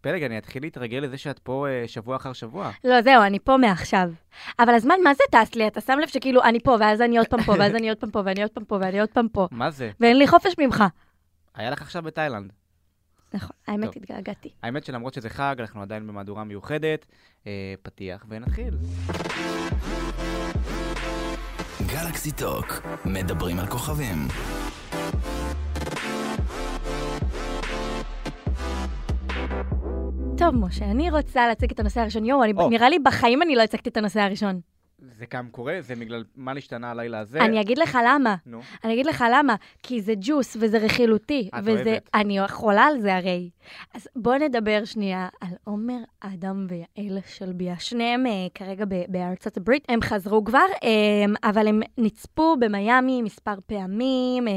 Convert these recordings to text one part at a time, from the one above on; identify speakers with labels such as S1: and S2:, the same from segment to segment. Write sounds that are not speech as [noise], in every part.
S1: פלג, אני אתחיל להתרגל לזה שאת פה אה, שבוע אחר שבוע.
S2: לא, זהו, אני פה מעכשיו. אבל הזמן, מה זה טס לי? אתה שם לב שכאילו, אני פה, ואז אני עוד פעם פה, ואז אני עוד פעם פה, ואני עוד פעם פה, ואני עוד פעם פה.
S1: מה זה?
S2: ואין לי חופש ממך.
S1: היה לך עכשיו בתאילנד.
S2: נכון, האמת,
S1: טוב.
S2: התגעגעתי.
S1: האמת שלמרות שזה חג, אנחנו עדיין במהדורה מיוחדת. אה, פתיח ונתחיל.
S3: גלקסי טוק, מדברים על כוכבים.
S2: טוב, משה, אני רוצה להציג את הנושא הראשון. יואו, אני-
S1: או.
S2: נראה לי בחיים אני לא הצגתי את הנושא הראשון.
S1: זה גם קורה, זה בגלל מה נשתנה הלילה הזה.
S2: אני אגיד לך למה.
S1: נו,
S2: אני אגיד לך למה, כי זה ג'וס וזה רכילותי.
S1: את
S2: וזה...
S1: אוהבת.
S2: אני חולה על זה הרי. אז בואו נדבר שנייה על עומר אדם ויעל שלביה. שניהם אה, כרגע ב- בארצות הברית. הם חזרו כבר, אה, אבל הם נצפו במיאמי מספר פעמים, אה,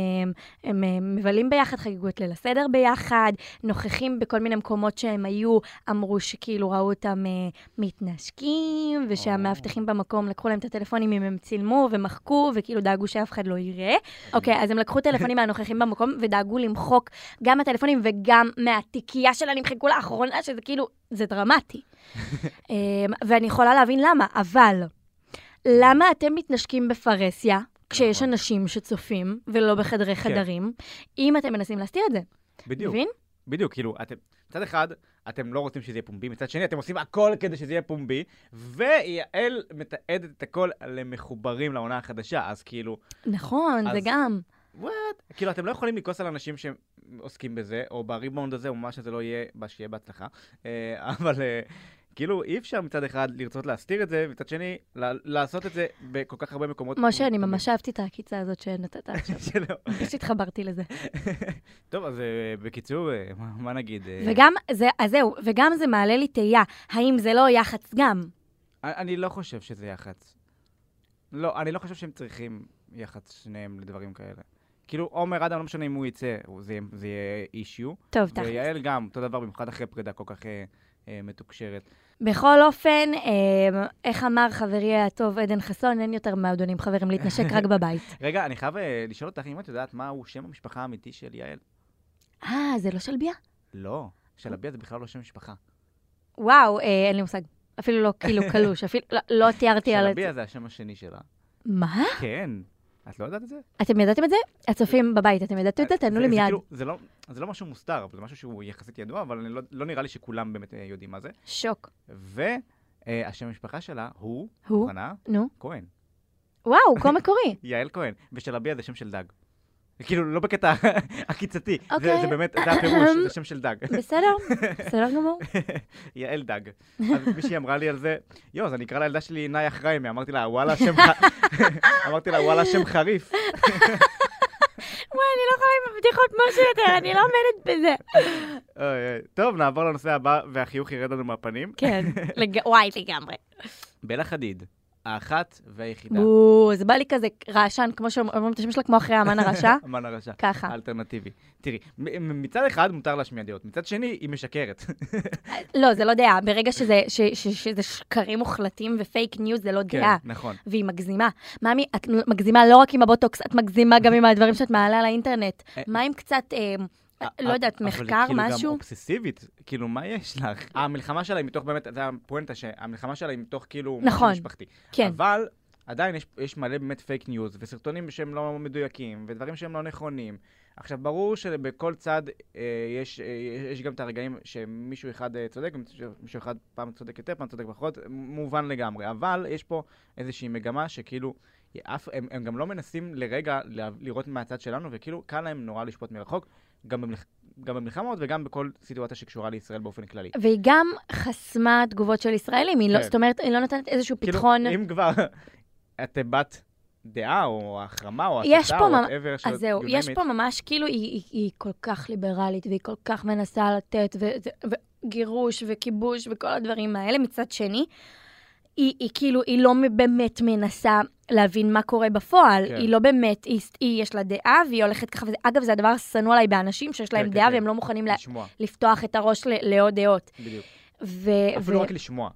S2: הם אה, מבלים ביחד, חגגו את ליל הסדר ביחד, נוכחים בכל מיני מקומות שהם היו, אמרו שכאילו ראו אותם אה, מתנשקים, ושהמאבטחים במקום לקחו להם את הטלפונים אם הם צילמו ומחקו, וכאילו דאגו שאף אחד לא יראה.
S1: כן.
S2: אוקיי, אז הם
S1: [laughs]
S2: לקחו טלפונים מהנוכחים במקום ודאגו למחוק גם מהטלפונים וגם מהתיקייה שלה נמחקו לאחרונה, שזה כאילו, זה
S1: [laughs]
S2: דרמטי. אמ, ואני יכולה להבין למה, אבל למה אתם מתנשקים בפרהסיה כשיש
S1: נכון. כן.
S2: אנשים שצופים ולא בחדרי חדרים, אם אתם מנסים להסתיר את זה,
S1: בדיוק,
S2: מבין?
S1: בדיוק, כאילו, אתם, מצד אחד, אתם לא רוצים שזה יהיה פומבי, מצד שני, אתם עושים הכל כדי שזה יהיה פומבי, ויעל מתעדת את הכל למחוברים לעונה החדשה, אז כאילו,
S2: נכון, זה
S1: אז-
S2: גם.
S1: כאילו, אתם לא יכולים לכעוס על אנשים שעוסקים בזה, או בריבאונד הזה, או מה שזה לא יהיה, מה שיהיה בהצלחה. אה, [laughs] אבל אה, כאילו, אי אפשר מצד אחד לרצות להסתיר את זה, מצד שני, ל- לעשות את זה בכל כך הרבה מקומות.
S2: משה, אני
S1: פומביים.
S2: ממש אהבתי את העקיצה הזאת שנתת עכשיו.
S1: [laughs] שלא. [laughs]
S2: ממש התחברתי לזה.
S1: אה. טוב, אז אה, בקיצור, אה, מה מה נגיד? אה,
S2: וגם, זה- אז זהו, וגם זה מעלה לי תהייה, האם זה לא יח"צ גם?
S1: אני- אני לא חושב שזה יח"צ. לא, אני לא חושב שהם צריכים יח"צ שניהם לדברים כאלה. כאילו, עומר אדם, לא משנה אם הוא יצא, הוא- זה יהיה- זה יהיה אישיו.
S2: טוב, תכלס.
S1: ויעל גם, אותו דבר, במיוחד אחרי פרידה כל כך אה, אה, מתוקשרת.
S2: בכל אופן, אה, איך אמר חברי הטוב עדן חסון, אין יותר מועדונים חברים להתנשק
S1: [laughs]
S2: רק בבית.
S1: רגע, אני חייב אה, לשאול אותך אם את יודעת מהו שם המשפחה האמיתי של יעל.
S2: אה, זה לא שלביה?
S1: לא, של אביה זה בכלל לא שם משפחה.
S2: וואו, אה, אין לי מושג. אפילו לא
S1: [laughs]
S2: כאילו קלוש, אפילו לא- לא תיארתי
S1: של
S2: על
S1: אביה
S2: זה.
S1: זה השם השני שלה.
S2: מה?
S1: כן. את לא יודעת את זה?
S2: אתם ידעתם את זה? הצופים בבית, אתם ידעתם את זה? תענו
S1: זה-
S2: לי
S1: זה
S2: מיד.
S1: כאילו- זה לא- זה לא משהו מוסתר, אבל זה משהו שהוא יחסית ידוע, אבל אני לא- לא נראה לי שכולם באמת אה, יודעים מה זה.
S2: שוק.
S1: והשם המשפחה שלה הוא,
S2: הוא?
S1: מוכנה?
S2: נו.
S1: כהן.
S2: וואו, כה מקורי.
S1: יעל כהן. ושל אביה זה שם של דג. כאילו, לא בקטע [laughs] עקיצתי. זה-
S2: אוקיי.
S1: זה באמת, זה הפירוש, זה שם של
S2: [laughs]
S1: דג.
S2: בסדר, בסדר גמור.
S1: [laughs] יעל דג. אז מישהי אמרה לי על זה, יואו, אז אני אקרא לילדה שלי נאי אחריימי. אמרתי לה, וואלה, שם ח... [laughs] אמרתי לה, וואלה, שם חריף.
S2: וואי, אני לא יכולה עם הבדיחות משה
S1: כן.
S2: יותר, אני לא עומדת בזה.
S1: אוי, אוי. טוב, נעבור לנושא הבא, והחיוך ירד לנו מהפנים.
S2: כן, [laughs] לג- וואי, לגמרי.
S1: בלה חדיד, האחת והיחידה.
S2: בואו, זה בא לי כזה רעשן, כמו שאומרים את השם שלה, כמו אחרי
S1: [laughs]
S2: האמן הרשע.
S1: המן הרשע.
S2: ככה.
S1: אלטרנטיבי. תראי, מ- מ- מצד אחד מותר להשמיע דעות, מצד שני היא
S2: [laughs]
S1: משקרת.
S2: לא, זה לא דעה. ברגע שזה, ש, ש, שזה שקרים מוחלטים ופייק ניוז, זה לא
S1: כן,
S2: דעה.
S1: נכון.
S2: והיא מגזימה. מאמי, את מגזימה לא רק עם הבוטוקס, את מגזימה גם עם הדברים שאת מעלה לאינטרנט.
S1: אה,
S2: מה עם קצת, אה, לא יודעת,
S1: אבל היא
S2: מחקר,
S1: כאילו גם
S2: משהו? אה.
S1: אובססיבית, כאילו, מה יש לך? המלחמה שלה היא מתוך, באמת, זה הפואנטה, שהמלחמה שלה היא מתוך, כאילו,
S2: נכון.
S1: משהו משפחתי.
S2: כן.
S1: אבל עדיין יש, יש מלא באמת פייק ניוז, וסרטונים שהם לא מדויקים, ודברים שהם לא נכונים. עכשיו, ברור שבכל צד אה, יש, אה, יש גם את הרגעים שמישהו אחד אה, צודק, ומישהו אחד פעם צודק יותר, פעם צודק פחות, מ- מובן לגמרי. אבל יש פה איזושהי מגמה שכאילו, אף, הם, הם גם לא מנסים לרגע לה- לראות מהצד שלנו, וכאילו קל להם נורא לשפוט מרחוק, גם, במלח, גם במלחמות וגם בכל סיטואציה שקשורה לישראל באופן כללי.
S2: והיא גם חסמה תגובות של ישראלים, היא לא,
S1: כן.
S2: זאת אומרת, היא לא נותנת איזשהו
S1: כאילו,
S2: פתחון.
S1: אם כבר [laughs] את בת דעה, או החרמה, או
S2: יש
S1: הסתה,
S2: פה
S1: או
S2: ממ-
S1: whatever, שלא-
S2: אז זהו,
S1: you
S2: יש
S1: name it.
S2: פה ממש, כאילו, היא, היא, היא כל כך ליברלית, והיא כל כך מנסה לתת, ו- ו- וגירוש וכיבוש וכל הדברים האלה. מצד שני, היא, היא כאילו, היא לא באמת מנסה להבין מה קורה בפועל.
S1: כן.
S2: כן. היא לא באמת, היא, היא, יש לה דעה, והיא הולכת ככה, וזה, אגב, זה הדבר השנוא עליי באנשים שיש להם
S1: כן,
S2: דעה,
S1: כן.
S2: והם לא מוכנים לה,
S1: לשמוע,
S2: לפתוח את הראש ל, לעוד דעות.
S1: בדיוק.
S2: ו, אה?
S1: אפילו רק לשמוע.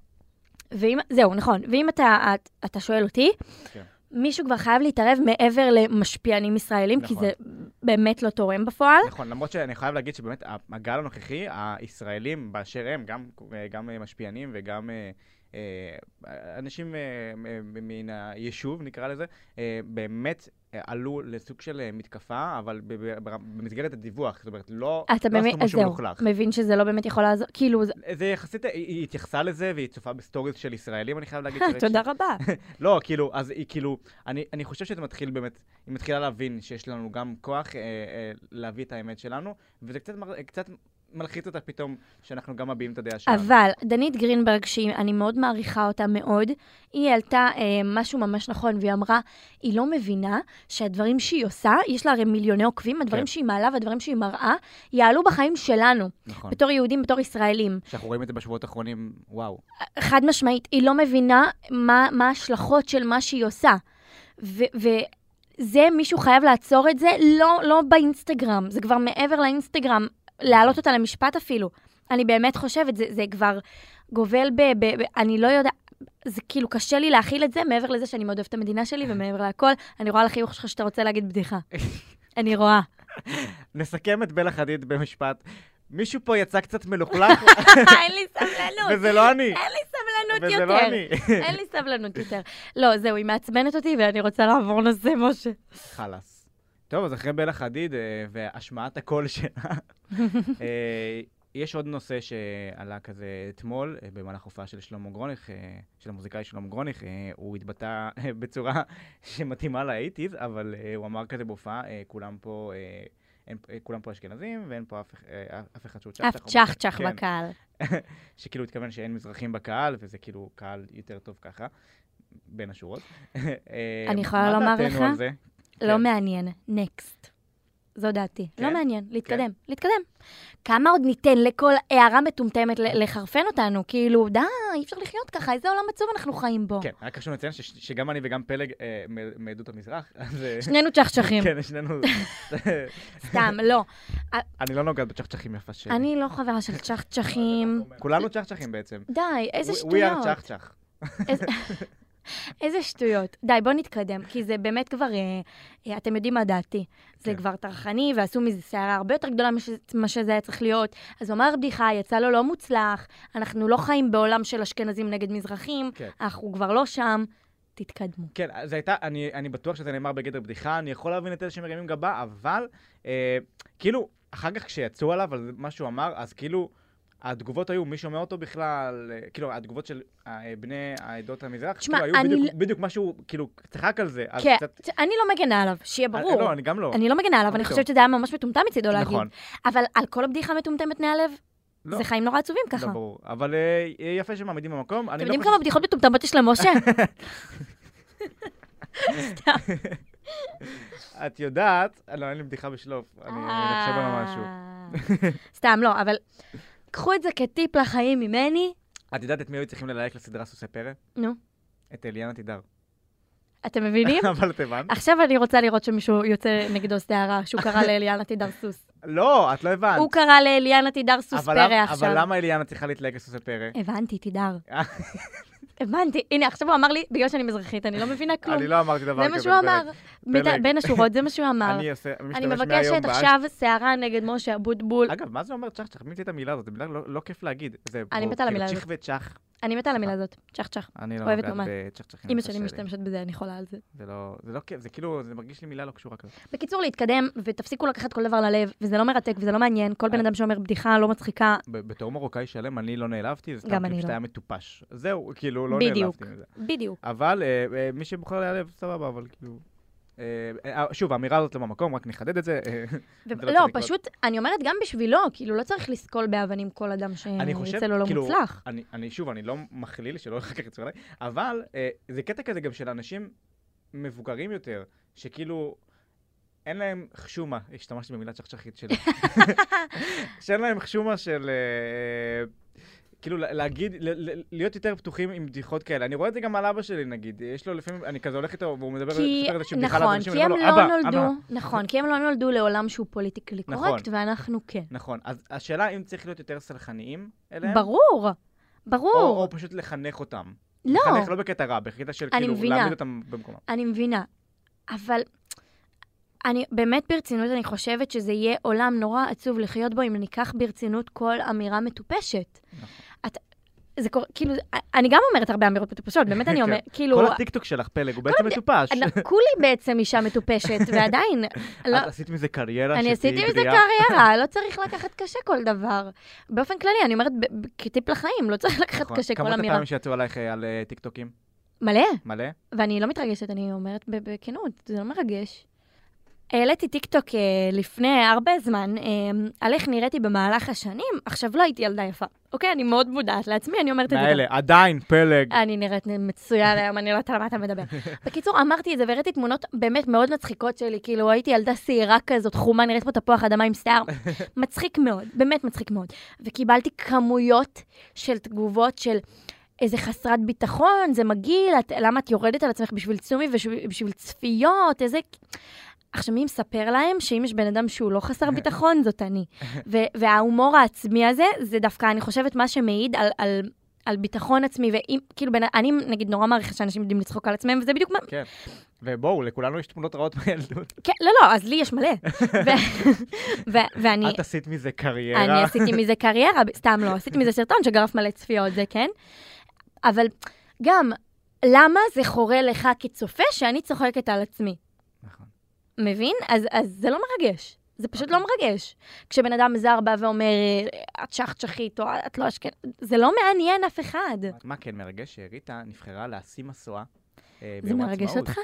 S2: ואם, זהו, נכון. ואם אתה, את, אתה שואל אותי,
S1: כן.
S2: מישהו כבר חייב להתערב מעבר למשפיענים ישראלים, כי
S1: נכון.
S2: זה באמת לא תורם בפועל.
S1: נכון, למרות שאני חייב להגיד שבאמת ה- הגל הנוכחי, הישראלים באשר הם, גם, גם אה, משפיענים וגם אה, אה, אנשים אה, מ- מן היישוב, נקרא לזה, אה, באמת אה, עלו לסוג של אה, מתקפה, אבל ב- ב- בר- במסגרת הדיווח, זאת אומרת, לא,
S2: אתה
S1: לא
S2: באמת,
S1: עשו
S2: אז
S1: משהו
S2: זהו,
S1: מלוכלך.
S2: מבין שזה לא באמת יכול לעזור, כאילו, זה-
S1: זה יחסית, היא- היא התייחסה לזה, והיא צופה בסטוריז של ישראלים, אני חייב להגיד. שראיתי
S2: אה, [laughs] תודה
S1: ש-
S2: רבה.
S1: [laughs] לא, כאילו, אז היא כאילו, אני, אני חושב שזה מתחיל באמת, היא מתחילה להבין שיש לנו גם כוח אה, אה, להביא את האמת שלנו, וזה קצת, מר, קצת מלחיץ אותה פתאום, שאנחנו גם מביעים את הדעה שלנו.
S2: אבל דנית גרינברג, שאני מאוד מעריכה אותה מאוד, היא העלתה אה, משהו ממש נכון, והיא אמרה, היא לא מבינה שהדברים שהיא עושה, יש לה הרי מיליוני עוקבים, הדברים
S1: כן.
S2: שהיא מעלה והדברים שהיא מראה, יעלו בחיים שלנו,
S1: נכון.
S2: בתור יהודים, בתור ישראלים.
S1: שאנחנו רואים את זה בשבועות האחרונים, וואו.
S2: חד משמעית, היא לא מבינה מה, מה ההשלכות של מה שהיא עושה. ו... ו- זה, מישהו חייב לעצור את זה, לא, לא באינסטגרם, זה כבר מעבר לאינסטגרם, להעלות אותה למשפט אפילו. אני באמת חושבת, זה, זה כבר גובל ב, ב, ב... אני לא יודעת, זה כאילו קשה לי להכיל את זה, מעבר לזה שאני מאוד אוהבת את המדינה
S1: [laughs]
S2: שלי ומעבר להכל, אני רואה על החיוך שלך שאתה רוצה להגיד בדיחה.
S1: [laughs]
S2: אני רואה.
S1: נסכם את בלה חדיד במשפט. מישהו פה יצא קצת
S2: [laughs]
S1: מלוכלך,
S2: אין לי סבלנות,
S1: וזה לא אני.
S2: אין לי סבלנות
S1: וזה
S2: יותר.
S1: לא אני.
S2: [laughs] אין לי סבלנות יותר. לא, זהו, היא מעצבנת אותי ואני רוצה לעבור נושא, משה.
S1: חלאס. טוב, אז אחרי בלה חדיד אה, והשמעת הקול
S2: [laughs]
S1: שלה, אה, יש עוד נושא שעלה כזה אתמול, אה, במהלך הופעה של שלמה גרוניך, אה, של המוזיקאי שלמה גרוניך, אה, הוא התבטא בצורה [laughs] שמתאימה לאייטיז, אבל אה, הוא אמר כזה בהופעה, אה, כולם פה... אה, אין- אה, כולם פה אשכנזים, ואין פה אף, אה, אף אחד שהוא צ'חצ'ח.
S2: אף צ'חצ'ח
S1: כן,
S2: בקהל.
S1: שכאילו התכוון שאין מזרחים בקהל, וזה כאילו קהל יותר טוב ככה, בין השורות. [laughs] אה,
S2: אני יכולה לומר
S1: מה דעתנו
S2: לך?
S1: על זה?
S2: לא
S1: כן.
S2: מעניין, נקסט. זו דעתי.
S1: כן?
S2: לא מעניין, להתקדם, להתקדם. כמה עוד ניתן לכל הערה מטומטמת ל- לחרפן אותנו? כאילו, די, אי אפשר לחיות ככה, איזה עולם עצוב אנחנו חיים בו.
S1: כן, רק חשוב לציין ש- שגם אני וגם פלג אה, מ- מעדות המזרח, אז... אה,
S2: שנינו צ'חצ'חים,
S1: כן, שנינו... [laughs]
S2: סתם, לא.
S1: אני לא נוגעת בצ'חצ'חים יפה שלי.
S2: אני לא חברה של
S1: [laughs]
S2: צ'חצ'חים.
S1: כולנו צ'חצ'חים בעצם.
S2: די, איזה
S1: We-
S2: שטויות.
S1: We are צ'חצ'ח.
S2: איזה- איזה שטויות. די, בואו נתקדם, כי זה באמת כבר, אה, אה, אתם יודעים מה דעתי. זה
S1: כן.
S2: כבר טרחני, ועשו מזה סערה הרבה יותר גדולה מש- ממה שזה היה צריך להיות. אז הוא אמר בדיחה, יצא לו לא מוצלח, אנחנו לא חיים בעולם של אשכנזים נגד מזרחים,
S1: כן.
S2: אנחנו כבר לא שם, תתקדמו.
S1: כן, זה הייתה, אני, אני בטוח שזה נאמר בגדר בדיחה, אני יכול להבין את אלה שמרימים גבה, אבל אה, כאילו, אחר כך כשיצאו עליו על מה שהוא אמר, אז כאילו, התגובות היו, מי שומע אותו בכלל, אה, כאילו, התגובות של אה, בני עדות המזרח,
S2: תשמע,
S1: כאילו, היו
S2: אני לא-
S1: בדיוק, בדיוק מה שהוא, כאילו, צחק על זה. אז
S2: כן,
S1: קצת-
S2: אני לא מגנה עליו, שיהיה
S1: אה,
S2: ברור.
S1: לא, אני גם לא.
S2: אני לא מגנה עליו, אני
S1: פתאום.
S2: חושבת שזה היה ממש מטומטם מצידו להגיד.
S1: נכון.
S2: אבל על כל הבדיחה המטומטמת נעלב,
S1: לא.
S2: זה חיים נורא עצובים ככה.
S1: לא ברור. אבל אה, יפה שמעמידים במקום. לא
S2: אתם יודעים כמה בדיחות מטומטמות יש למשה?
S1: את יודעת, לא, אין לי בדיחה בשלוף. אני אני אחשוב על משהו. [laughs]
S2: אה, סתם, לא, אבל קחו את זה כטיפ לחיים ממני.
S1: את יודעת את מי היו צריכים ללהק לסדרה סוסי פרא?
S2: נו,
S1: את אליאנה תידר.
S2: אתם
S1: [laughs]
S2: מבינים?
S1: אבל את הבנת?
S2: עכשיו אני רוצה לראות שמישהו יוצא נגדו סערה, שהוא
S1: [laughs]
S2: קרא לאליאנה תידר סוס.
S1: לא, את לא הבנת.
S2: אה, הוא קרא לאליאנה תידר סוס
S1: אבל
S2: פרא
S1: למ-
S2: עכשיו.
S1: אבל למה אליאנה צריכה להתלהק לסוסי פרא?
S2: הבנתי, תידר.
S1: [laughs] אה.
S2: הבנתי. הנה, עכשיו הוא אמר לי, בגלל שאני מזרחית, אני לא מבינה כלום.
S1: אני לא אמרתי דבר כזה.
S2: זה מה שהוא אמר.
S1: פלג.
S2: מת-
S1: פלג.
S2: בין השורות, זה מה שהוא
S1: [laughs]
S2: אמר.
S1: אני עושה,
S2: אני
S1: משתמש מהיום
S2: מבקשת
S1: באש-
S2: עכשיו סערה נגד משה אבוטבול.
S1: אגב, מה זה אומר צ'ח צ'ח? מי המציא את המילה הזאת? זו מילה לא לא כיף להגיד. זה
S2: אני
S1: הוא-
S2: מתה על המילה
S1: כאילו,
S2: הזאת.
S1: צ'יח וצ'ח.
S2: אני מתה על
S1: אה.
S2: המילה הזאת. צ'ח צ'ח.
S1: אני לא
S2: אוהבת
S1: נוגעת
S2: ממש.
S1: בצ'ח צ'חים.
S2: אימא
S1: זה
S2: שלי
S1: שלי.
S2: משתמשת בזה, אני חולה על זה.
S1: זה לא זה לא כיף, זה כאילו, זה מרגיש לי מילה לא קשורה כזאת.
S2: בקיצור, להתקדם, ותפסיקו לקחת כל דבר ללב, וזה לא מרתק וזה לא מעניין, כל בן
S1: אה.
S2: אדם שאומר בדיחה לא מצחיקה,
S1: ב- בתור מרוקאי שלם, אני לא נעלבתי, זה
S2: גם
S1: סתם
S2: אני
S1: כאילו פשוט
S2: לא.
S1: היה מטופש. זהו, כאילו, לא
S2: בדיוק.
S1: נעלבתי מזה.
S2: בדיוק.
S1: אבל אה, אה, מי שבוחר להיעלב, סבבה, אבל כאילו... אה, אה, שוב, האמירה הזאת לא במקום, רק נחדד את זה. אה,
S2: ו-
S1: זה לא
S2: לא,
S1: צריך לקרות.
S2: פשוט, אני אומרת גם בשבילו, כאילו, לא צריך לסקול באבנים כל אדם
S1: אני חושב,
S2: שיוצא לו לא
S1: כאילו,
S2: מוצלח.
S1: אני, אני שוב, אני לא מכליל, שלא אחר כך יצאו עליי, אבל אה, זה קטע כזה גם של אנשים מבוגרים יותר, שכאילו, אין להם חשומה, השתמשתי במילה צ'חצ'חית שלי, [laughs] שאין להם חשומה של... אה, כאילו לה- להגיד, ל- ל- להיות יותר פתוחים עם בדיחות כאלה. אני רואה את זה גם על אבא שלי, נגיד. יש לו לפעמים, אני כזה הולך איתו, והוא מדבר,
S2: כי,
S1: מספר איזושהי בדיחה
S2: נכון,
S1: לאנשים,
S2: כי
S1: אני
S2: הם
S1: אומר לו,
S2: לא
S1: "אבא, אבא."
S2: נולדו, נכון, כי הם לא נולדו לעולם שהוא פוליטיקלי
S1: נכון.
S2: קורקט, ואנחנו כן.
S1: נכון. אז השאלה אם צריך להיות יותר סלחניים אליהם,
S2: ברור,
S1: או,
S2: ברור.
S1: או פשוט לחנך אותם.
S2: לא,
S1: לחנך לא בקטע רע, בקטע של
S2: אני
S1: כאילו
S2: מבינה.
S1: להעמיד אותם במקומם.
S2: אני מבינה, אבל... אני באמת ברצינות, אני חושבת שזה יהיה עולם נורא עצוב לחיות בו אם ניקח ברצינות כל אמירה מטופשת.
S1: נכון.
S2: את- זה קורה, כאילו, אני גם אומרת הרבה אמירות מטופשות, באמת אני
S1: כן.
S2: אומרת, כאילו,
S1: כל הטיקטוק שלך, פלג, הוא בעצם
S2: הט-
S1: מטופש.
S2: אני- כולי בעצם אישה
S1: [laughs]
S2: מטופשת, ועדיין, לא,
S1: את עשית מזה קריירה
S2: אני
S1: שתהיי
S2: עשיתי מזה
S1: בריאה.
S2: קריירה, [laughs] לא צריך לקחת קשה כל דבר. באופן כללי, אני אומרת, ב- ב- כטיפ לחיים, לא צריך לקחת
S1: נכון.
S2: קשה כל
S1: כמות
S2: אמירה.
S1: הפעמים שיצאו עלייך אה, על אה, טיקטוקים?
S2: מלא,
S1: מלא?
S2: ואני לא מתרגשת, אני אומרת ב- בכנות, זה לא מרגש. העליתי טיקטוק אה, לפני הרבה זמן, אה, על איך נראיתי במהלך השנים, עכשיו לא הייתי ילדה יפה. אוקיי, אני מאוד מודעת לעצמי, אני אומרת את זה. גם.
S1: מאלה, עדיין, פלג.
S2: אני נראית מצוין היום, אני לא יודעת על מה אתה מדבר. בקיצור, אמרתי את זה והראיתי תמונות באמת מאוד מצחיקות שלי, כאילו הייתי ילדה שעירה כזאת, חומה, נראית כמו תפוח אדמה עם שיער. מצחיק מאוד, באמת מצחיק מאוד. וקיבלתי כמויות של תגובות של... איזה חסרת ביטחון, זה מגעיל, את, למה את יורדת על עצמך בשביל צומי ובשביל צפיות, איזה... עכשיו, מי מספר להם שאם יש בן אדם שהוא לא חסר ביטחון, זאת אני. ו- וההומור העצמי הזה, זה דווקא, אני חושבת, מה שמעיד על, על, על ביטחון עצמי, ואם, כאילו, בין, אני נגיד נורא מעריכה שאנשים יודעים לצחוק על עצמם, וזה בדיוק מה...
S1: כן. ובואו, לכולנו יש תמונות רעות מהילדות.
S2: כן, לא, לא, אז לי יש מלא.
S1: [laughs]
S2: ו- ו- ואני...
S1: את עשית מזה
S2: אני
S1: קריירה.
S2: עשיתי מזה קריירה, ב- סתם לא, עשיתי מזה סרטון שגרף מלא צפיות, זה כן. אבל גם, למה זה חורה לך כצופה שאני צוחקת על עצמי?
S1: נכון.
S2: מבין? אז, אז זה לא מרגש. זה פשוט לא
S1: אוקיי.
S2: מרגש. כשבן אדם זר בא ואומר, "אה, את שחצ'חית, או את לא אשכנז... זה לא מעניין אף אחד.
S1: מה כן מרגש? שאריתה נבחרה להשיא משואה. אה,
S2: זה
S1: ביום
S2: מרגש
S1: העצמאות.
S2: אותך?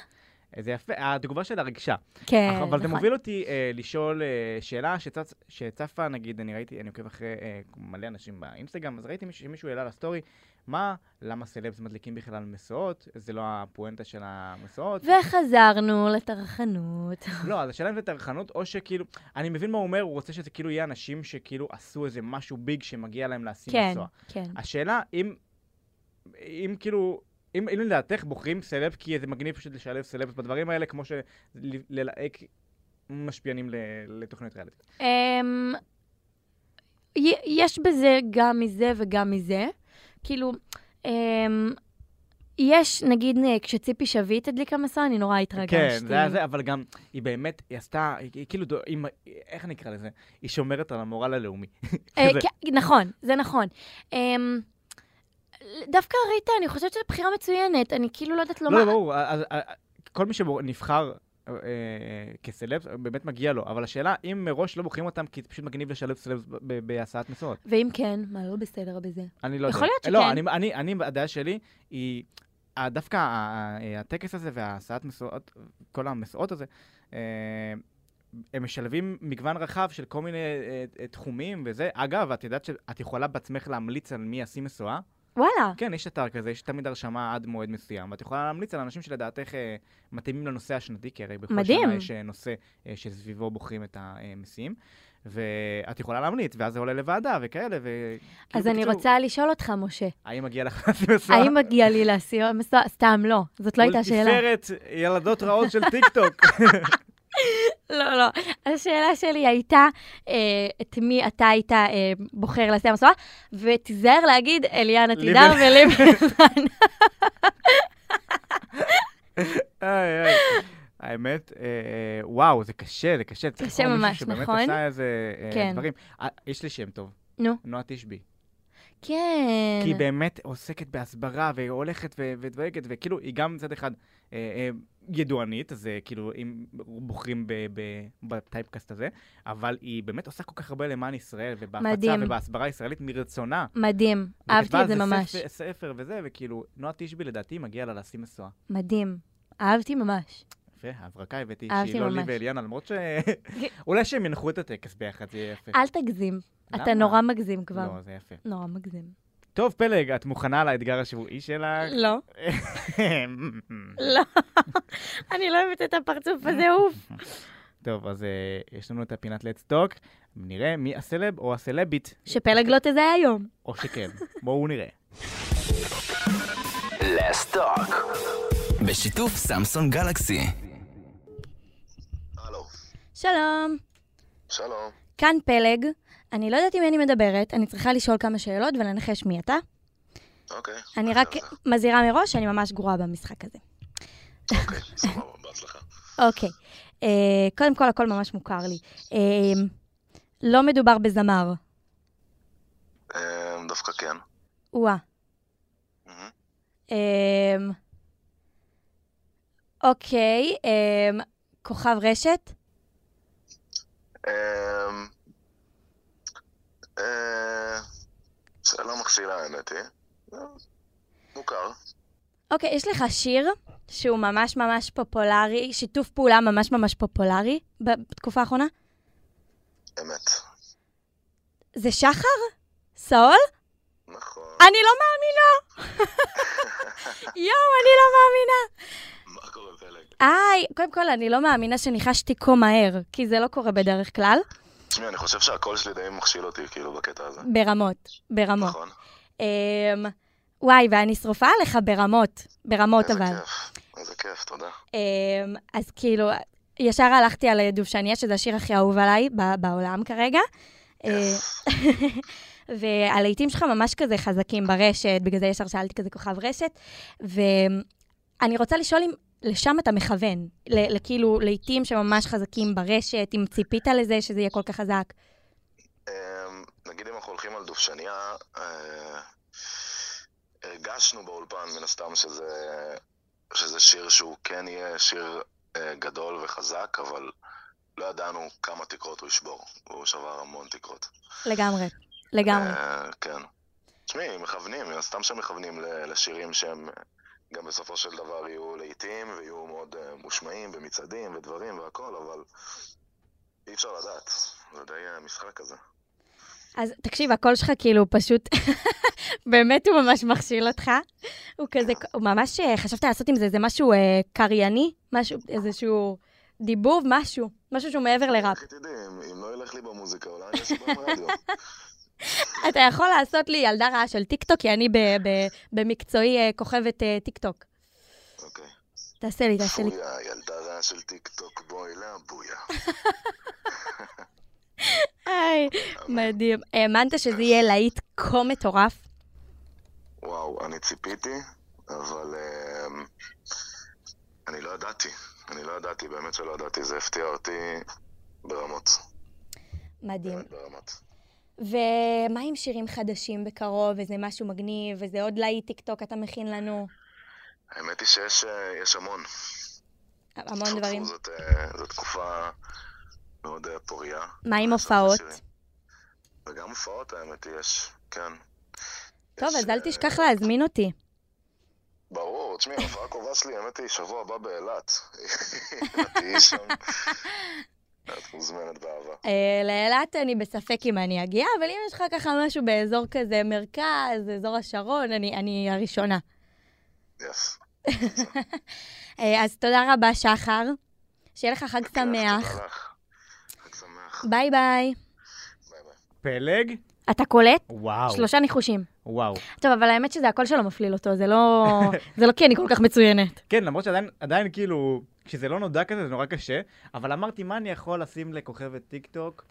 S1: אה, זה יפה, התגובה שלה ריגשה.
S2: כן,
S1: אך-
S2: נכון.
S1: אבל זה מוביל אותי אה, לשאול אה, שאלה שצצ- שצפה, נגיד, אני ראיתי, אני עוקב אחרי אה, מלא אנשים באינסטגרם, אז ראיתי מישהו- שמישהו העלה לסטורי, מה, למה סלבס מדליקים בכלל מסעות? זה לא הפואנטה של המסעות?
S2: וחזרנו לטרחנות.
S1: לא, אז השאלה אם זה טרחנות, או שכאילו, אני מבין מה הוא אומר, הוא רוצה שזה כאילו יהיה אנשים שכאילו עשו איזה משהו ביג שמגיע להם להשים
S2: כן,
S1: מסוע.
S2: כן.
S1: השאלה אם, אם כאילו, אם, אם לדעתך בוחרים סלב, כי זה מגניב פשוט לשלב סלבס בדברים האלה, כמו שללהק משפיענים ל- לתוכנית ריאליטי.
S2: אמ, י- יש בזה גם מזה וגם מזה. כאילו, אמ, יש, נגיד, אה, כשציפי שביט הדליקה מסע, אני נורא התרגשתי.
S1: כן, זה היה זה, אבל גם, היא באמת, היא עשתה, היא, היא כאילו, דו- היא, מ- איך נקרא לזה? היא שומרת על המורל הלאומי. [laughs]
S2: אה,
S1: כזה.
S2: כן, נכון, זה נכון. אמ, דווקא ריטה, אני חושבת שזו בחירה מצוינת. אני כאילו לא יודעת
S1: לא, לא,
S2: לומר...
S1: ברור, אז- אז- אז- כל מי שנבחר אה, אה, כסלבס, באמת מגיע לו, אבל השאלה, אם מראש לא בוחרים אותם, כי זה פשוט מגניב לשלב סלבס ב- ב- בהסעת מסעות.
S2: ואם כן, מה לא בסדר בזה?
S1: אני לא יודע.
S2: יכול להיות
S1: לא,
S2: שכן.
S1: אני, אני, אני, הדעה שלי היא, ה- דווקא ה- ה- הטקס הזה וההסעת מסעות, כל המסעות הזה, אה, הם משלבים מגוון רחב של כל מיני אה, אה, תחומים וזה. אגב, את יודעת שאת יכולה בעצמך להמליץ על מי ישים מסועה?
S2: וואלה.
S1: כן, יש אתר כזה, יש תמיד הרשמה עד מועד מסוים, ואת יכולה להמליץ על אנשים שלדעתך אה, מתאימים לנושא השנתי, כי הרי בכל
S2: מדהים.
S1: שנה יש אה, נושא אה, שסביבו בוחרים את המסיעים, ואת יכולה להמליץ, ואז זה עולה לוועדה וכאלה, ו...
S2: אז
S1: כאילו,
S2: אני
S1: בקיצור,
S2: רוצה לשאול אותך, משה,
S1: האם מגיע לך לשים מסועה?
S2: האם מגיע לי להסיע מסע? סתם, לא. זאת לא הייתה השאלה.
S1: ולתפארת ילדות רעות של
S2: [laughs]
S1: טיקטוק.
S2: לא, לא. השאלה שלי הייתה, אה, את מי אתה היית אה, בוחר להסיע מסוע, ותיזהר להגיד אליאנה
S1: ליבל-
S2: תידר
S1: [laughs]
S2: וליברמן.
S1: איי, איי. האמת, אה, אה, וואו, זה קשה, זה קשה. צריך
S2: קשה
S1: לבחור מישהו
S2: ממש, נכון?
S1: שבאמת עשה איזה אה,
S2: כן.
S1: דברים. אה, יש לי שם טוב.
S2: נו.
S1: נועה תשבי.
S2: כן.
S1: כי היא באמת עוסקת בהסברה, והולכת ו- ודואגת, וכאילו, היא גם מצד אחד אה, אה, ידוענית, אז אה, כאילו, אם בוחרים ב- ב- בטייפקאסט הזה, אבל היא באמת עושה כל כך הרבה למען ישראל, ובהפצה
S2: מדהים.
S1: ובהסברה הישראלית מרצונה.
S2: מדהים, אהבתי
S1: וכתבה
S2: את זה
S1: על
S2: ממש.
S1: ספר, ספר וזה, וכאילו, נועה תשבי לדעתי מגיע לה לשים מסועה.
S2: מדהים. אהבתי ממש.
S1: יפה, ההברקה הבאתי,
S2: אהבתי
S1: שהיא לא לי
S2: ממש.
S1: ואליאנה,
S2: [laughs]
S1: למרות ש... אולי שהם ינחו את הטקס ביחד, זה יהיה יפה.
S2: אל תגזים. אתה
S1: כן. למה?
S2: נורא מגזים כבר.
S1: לא, זה יפה.
S2: נורא מגזים.
S1: טוב, פלג, את מוכנה לאתגר השבועי
S2: [laughs]
S1: שלך? [laughs]
S2: לא. לא. אני לא אוהבת את הפרצוף הזה, אוף.
S1: טוב, אז אה, יש לנו את הפינת let's talk, נראה מי הסלב או הסלבית,
S2: שפלג לא תזהה היום.
S1: או שכן, בואו נראה.
S3: בשיתוף סמסון גלקסי.
S4: הלו,
S2: שלום.
S4: שלום.
S2: כאן פלג. אני לא יודעת עם מי אני מדברת, אני צריכה לשאול כמה שאלות ולנחש מי אתה.
S4: אוקיי.
S2: אני
S4: בסדר,
S2: רק
S4: בסדר.
S2: מזהירה מראש שאני ממש גרועה במשחק הזה.
S4: אוקיי, סבבה, בהצלחה.
S2: אוקיי. אה, קודם כל, הכל ממש מוכר לי. אה, לא מדובר בזמר.
S4: אה, דווקא כן.
S2: או-אה.
S4: מהמם.
S2: אמ, אוקיי, אמ, כוכב רשת?
S4: אה, אה, שאלה מכשילה, האמת היא. אה, מוכר.
S2: אוקיי, יש לך שיר שהוא ממש ממש פופולרי, שיתוף פעולה ממש ממש פופולרי ב- בתקופה האחרונה?
S4: אמת.
S2: זה שחר? סאול?
S4: נכון.
S2: אני לא מאמינה! יואו, אני לא מאמינה!
S4: מה קורה, פלג?
S2: היי, קודם כל, אני לא מאמינה שניחשתי כה מהר, כי זה לא קורה בדרך כלל.
S4: תשמעי, אני חושב שהקול שלי די מכשיל אותי, כאילו, בקטע הזה.
S2: ברמות, ברמות.
S4: נכון.
S2: אמ, וואי, ואני שרופה עליך ברמות, ברמות
S4: איזה
S2: אבל.
S4: כיף. איזה כיף, תודה.
S2: אמ, אז כאילו, ישר הלכתי על דובשניה, שזה השיר הכי אהוב עליי ב- בעולם כרגע. אה, [laughs]
S4: יס.
S2: והלהיטים שלך ממש כזה חזקים ברשת, בגלל זה ישר שאלתי כזה כוכב רשת. ואני רוצה לשאול אם לשם אתה מכוון, ל- לכאילו להיטים שממש חזקים ברשת, אם ציפית לזה שזה יהיה כל כך חזק.
S4: אמ, נגיד אם אנחנו הולכים על דובשניה, אה, הרגשנו באולפן מן הסתם שזה, שזה שיר שהוא כן יהיה שיר אה, גדול וחזק, אבל לא ידענו כמה תקרות הוא ישבור, והוא שבר המון תקרות.
S2: לגמרי, לגמרי.
S4: אה, כן. תשמעי, מכוונים, מן הסתם שמכוונים ל- לשירים שהם אה, גם בסופו של דבר יהיו להיטים, ויהיו מאוד אה, מושמעים במצעדים ודברים והכל, אבל אי אפשר לדעת, זה די אה, משחק כזה.
S2: אז תקשיב, הקול שלך כאילו פשוט, באמת הוא ממש מכשיל אותך. הוא כזה, הוא ממש, אה, חשבת לעשות עם זה איזה משהו אה, קרייני? משהו, איזשהו דיבוב, משהו. משהו שהוא מעבר לראפ.
S4: לכי תדעי, אם- אם לא ילך לי במוזיקה, אולי אני אעשה
S2: [laughs]
S4: ברדיו.
S2: אתה יכול לעשות לי ילדה רעה של טיקטוק, כי אני ב- ב- במקצועי אה, כוכבת אה, טיקטוק.
S4: אוקיי.
S2: תעשה לי, תעשה לי.
S4: בויה, ילדה רעה של טיק טוק, בואי לה, בויה.
S2: היי, מדהים. האמנת שזה יהיה להיט כה מטורף?
S4: וואו, אני ציפיתי, אבל אמ, אני לא ידעתי. אני לא ידעתי, באמת שלא ידעתי. זה הפתיע אותי ברמות.
S2: מדהים.
S4: באמת ברמות.
S2: ומה עם שירים חדשים בקרוב, איזה משהו מגניב, איזה עוד להיט טיקטוק אתה מכין לנו?
S4: האמת היא שיש אה, יש המון.
S2: המון דברים.
S4: זאת, זאת, אה, זו תקופה מאוד אה, פוריה.
S2: מה עם
S4: יש הרבה
S2: הופעות?
S4: שירים. וגם הופעות, האמת היא, יש, כן.
S2: טוב,
S4: יש,
S2: אז אל
S4: אה,
S2: תשכח להזמין אותי.
S4: ברור, תשמעי, ההופעה הקרובה שלי, האמת היא, שבוע הבא באילת. [laughs] תהיי שם. את מוזמנת באהבה.
S2: אה, לאילת אני בספק אם אני אגיע, אבל אם יש לך ככה משהו באזור כזה מרכז, אזור השרון, אני, אני הראשונה.
S4: יס.
S2: אה, אז תודה רבה, שחר. שיהיה לך חג שמח.
S4: תודה לך. חג שמח.
S2: ביי ביי.
S4: ביי ביי.
S1: פלג?
S2: אתה קולט?
S1: וואו.
S2: שלושה ניחושים.
S1: וואו.
S2: טוב, אבל האמת שזה הקול שלו מפליל אותו, זה
S1: [laughs]
S2: לא... זה לא כי אני כל כך מצוינת.
S1: כן, למרות שעדיין עדיין, כאילו, כשזה לא נודע כזה זה נורא קשה, אבל אמרתי, מה אני יכול לשים לכוכבת טיק טוק?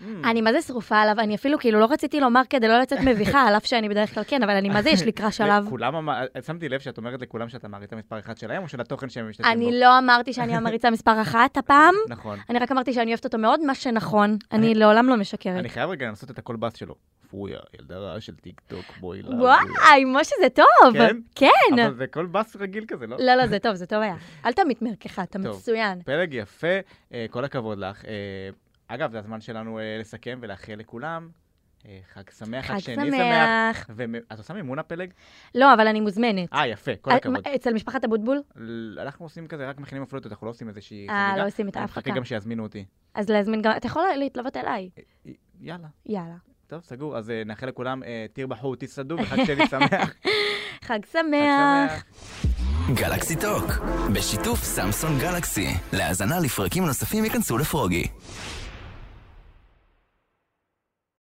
S1: Hmm.
S2: אני מה זה שרופה עליו, אני אפילו כאילו לא רציתי לומר כדי לא לצאת מביכה, על אף שאני בדרך כלל כן, אבל אני מה
S1: [laughs]
S2: זה, יש לי קראש עליו.
S1: כולם אמר... שמתי לב שאת אומרת לכולם שאת אמרת מספר אחד שלהם, או של התוכן שהם משתתפים בו?
S2: אני לא אמרתי שאני המריצה מספר אחת הפעם,
S1: נכון.
S2: אני רק אמרתי שאני אוהבת אותו מאוד, מה שנכון, אני
S1: אני-
S2: לעולם לא משקרת.
S1: אני חייב רגע לנסות את הקול בס שלו. פויה, ילדה רעה של טיק טוק, בואי לה. בואי.
S2: וואי, משה, זה טוב.
S1: כן?
S2: כן.
S1: אבל זה קול בס רגיל כזה, לא?
S2: לא, לא, זה טוב, זה טוב היה. אל תמית מערכך, אתה
S1: טוב.
S2: מצוין.
S1: פלג יפה, אה, כל הכבוד לך. אה, אגב, זה הזמן שלנו אה, לסכם ולאחל לכולם אה, חג שמח,
S2: חג
S1: חג שני שמח.
S2: שמח.
S1: ואת עושה מימון הפלג?
S2: לא, אבל אני מוזמנת.
S1: אה, יפה, כל
S2: אה,
S1: הכבוד.
S2: מה, אצל משפחת אבוטבול?
S1: ל- אנחנו עושים כזה, רק מכינים הפלוטות, אנחנו לא עושים איזושהי
S2: אה,
S1: חגיגה.
S2: לא עושים את
S1: אני
S2: ההפקה.
S1: מחכה גם שיזמינו אותי.
S2: אז להזמין גם, אתה יכול להתלוות אליי.
S1: י- יאללה,
S2: יאללה.
S1: טוב, סגור. אז אה, נאחל לכולם, אה, תרבחו, תסעדו, וחג שני שמח.
S2: חג
S1: חג
S2: שמח.
S3: גלקסי טוק, בשיתוף סמסון גלקסי. להאזנה לפרקים נוספים ייכנסו לפרוגי.